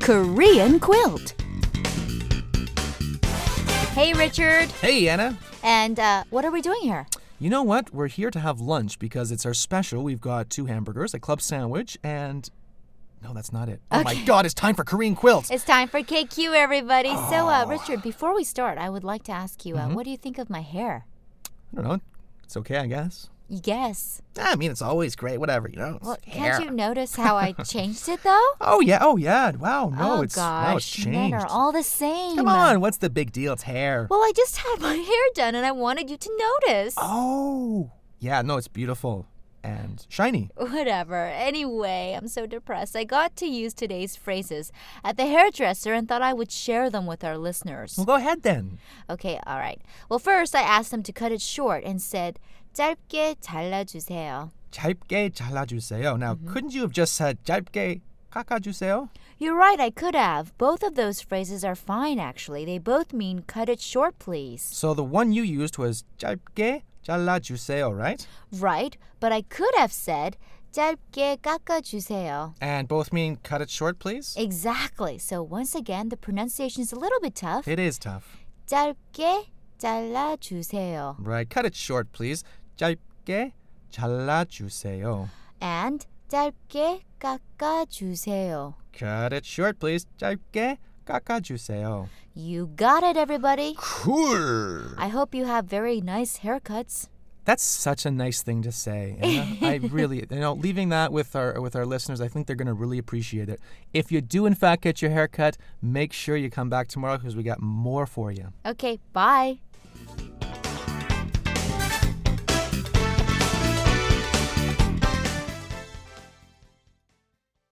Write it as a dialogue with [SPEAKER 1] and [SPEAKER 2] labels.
[SPEAKER 1] Korean quilt. Hey, Richard.
[SPEAKER 2] Hey, Anna.
[SPEAKER 1] And uh, what are we doing here?
[SPEAKER 2] You know what? We're here to have lunch because it's our special. We've got two hamburgers, a club sandwich, and. No, that's not it. Oh my god, it's time for Korean quilts!
[SPEAKER 1] It's time for KQ, everybody. So, uh, Richard, before we start, I would like to ask you, uh,
[SPEAKER 2] Mm-hmm.
[SPEAKER 1] what do you think of my hair?
[SPEAKER 2] I don't know. It's okay, I guess.
[SPEAKER 1] You guess.
[SPEAKER 2] I mean, it's always great, whatever, you know. It's
[SPEAKER 1] Well,
[SPEAKER 2] hair.
[SPEAKER 1] can't you notice how I changed it though?
[SPEAKER 2] Oh, yeah, oh, yeah. Wow, no,
[SPEAKER 1] oh
[SPEAKER 2] it's.
[SPEAKER 1] gosh,
[SPEAKER 2] wow, it's
[SPEAKER 1] men
[SPEAKER 2] changed.
[SPEAKER 1] are all the same.
[SPEAKER 2] Come on, what's the big deal? It's hair.
[SPEAKER 1] Well, I just had my hair done, and I wanted you to notice.
[SPEAKER 2] Oh! Yeah, no, it's beautiful and shiny.
[SPEAKER 1] Whatever. Anyway, I'm so depressed. I got to use today's phrases at the hairdresser and thought I would share them with our listeners.
[SPEAKER 2] Well, go ahead then.
[SPEAKER 1] Okay, all right. Well, first I asked them to cut it short and said 짧게 잘라주세요.
[SPEAKER 2] 짧게 잘라주세요. Now,
[SPEAKER 1] Mm-hmm.
[SPEAKER 2] couldn't you have just said 짧게 깎아주세요?
[SPEAKER 1] You're right, I could have. Both of those phrases are fine actually. They both mean cut it short, please.
[SPEAKER 2] So the one you used was 짧게 잘라주세요, right?
[SPEAKER 1] Right, but I could have said 짧게 깎아주세요.
[SPEAKER 2] And both mean cut it short, please?
[SPEAKER 1] Exactly. So once again, the pronunciation is a little bit tough.
[SPEAKER 2] It is tough.
[SPEAKER 1] 짧게 잘라주세요.
[SPEAKER 2] Right, cut it short, please. 짧게 잘라주세요.
[SPEAKER 1] and 짧게 깎아주세요.
[SPEAKER 2] Cut it short, please. 짧게 깎아주세요.
[SPEAKER 1] You got it, everybody.
[SPEAKER 2] Cool.
[SPEAKER 1] I hope you have very nice haircuts.
[SPEAKER 2] That's such a nice thing to say. Anna. I really, you know, leaving that with our with our listeners, I think they're going to really appreciate it. If you do in fact get your hair cut, make sure you come back tomorrow because we got more for you.
[SPEAKER 1] Okay, bye.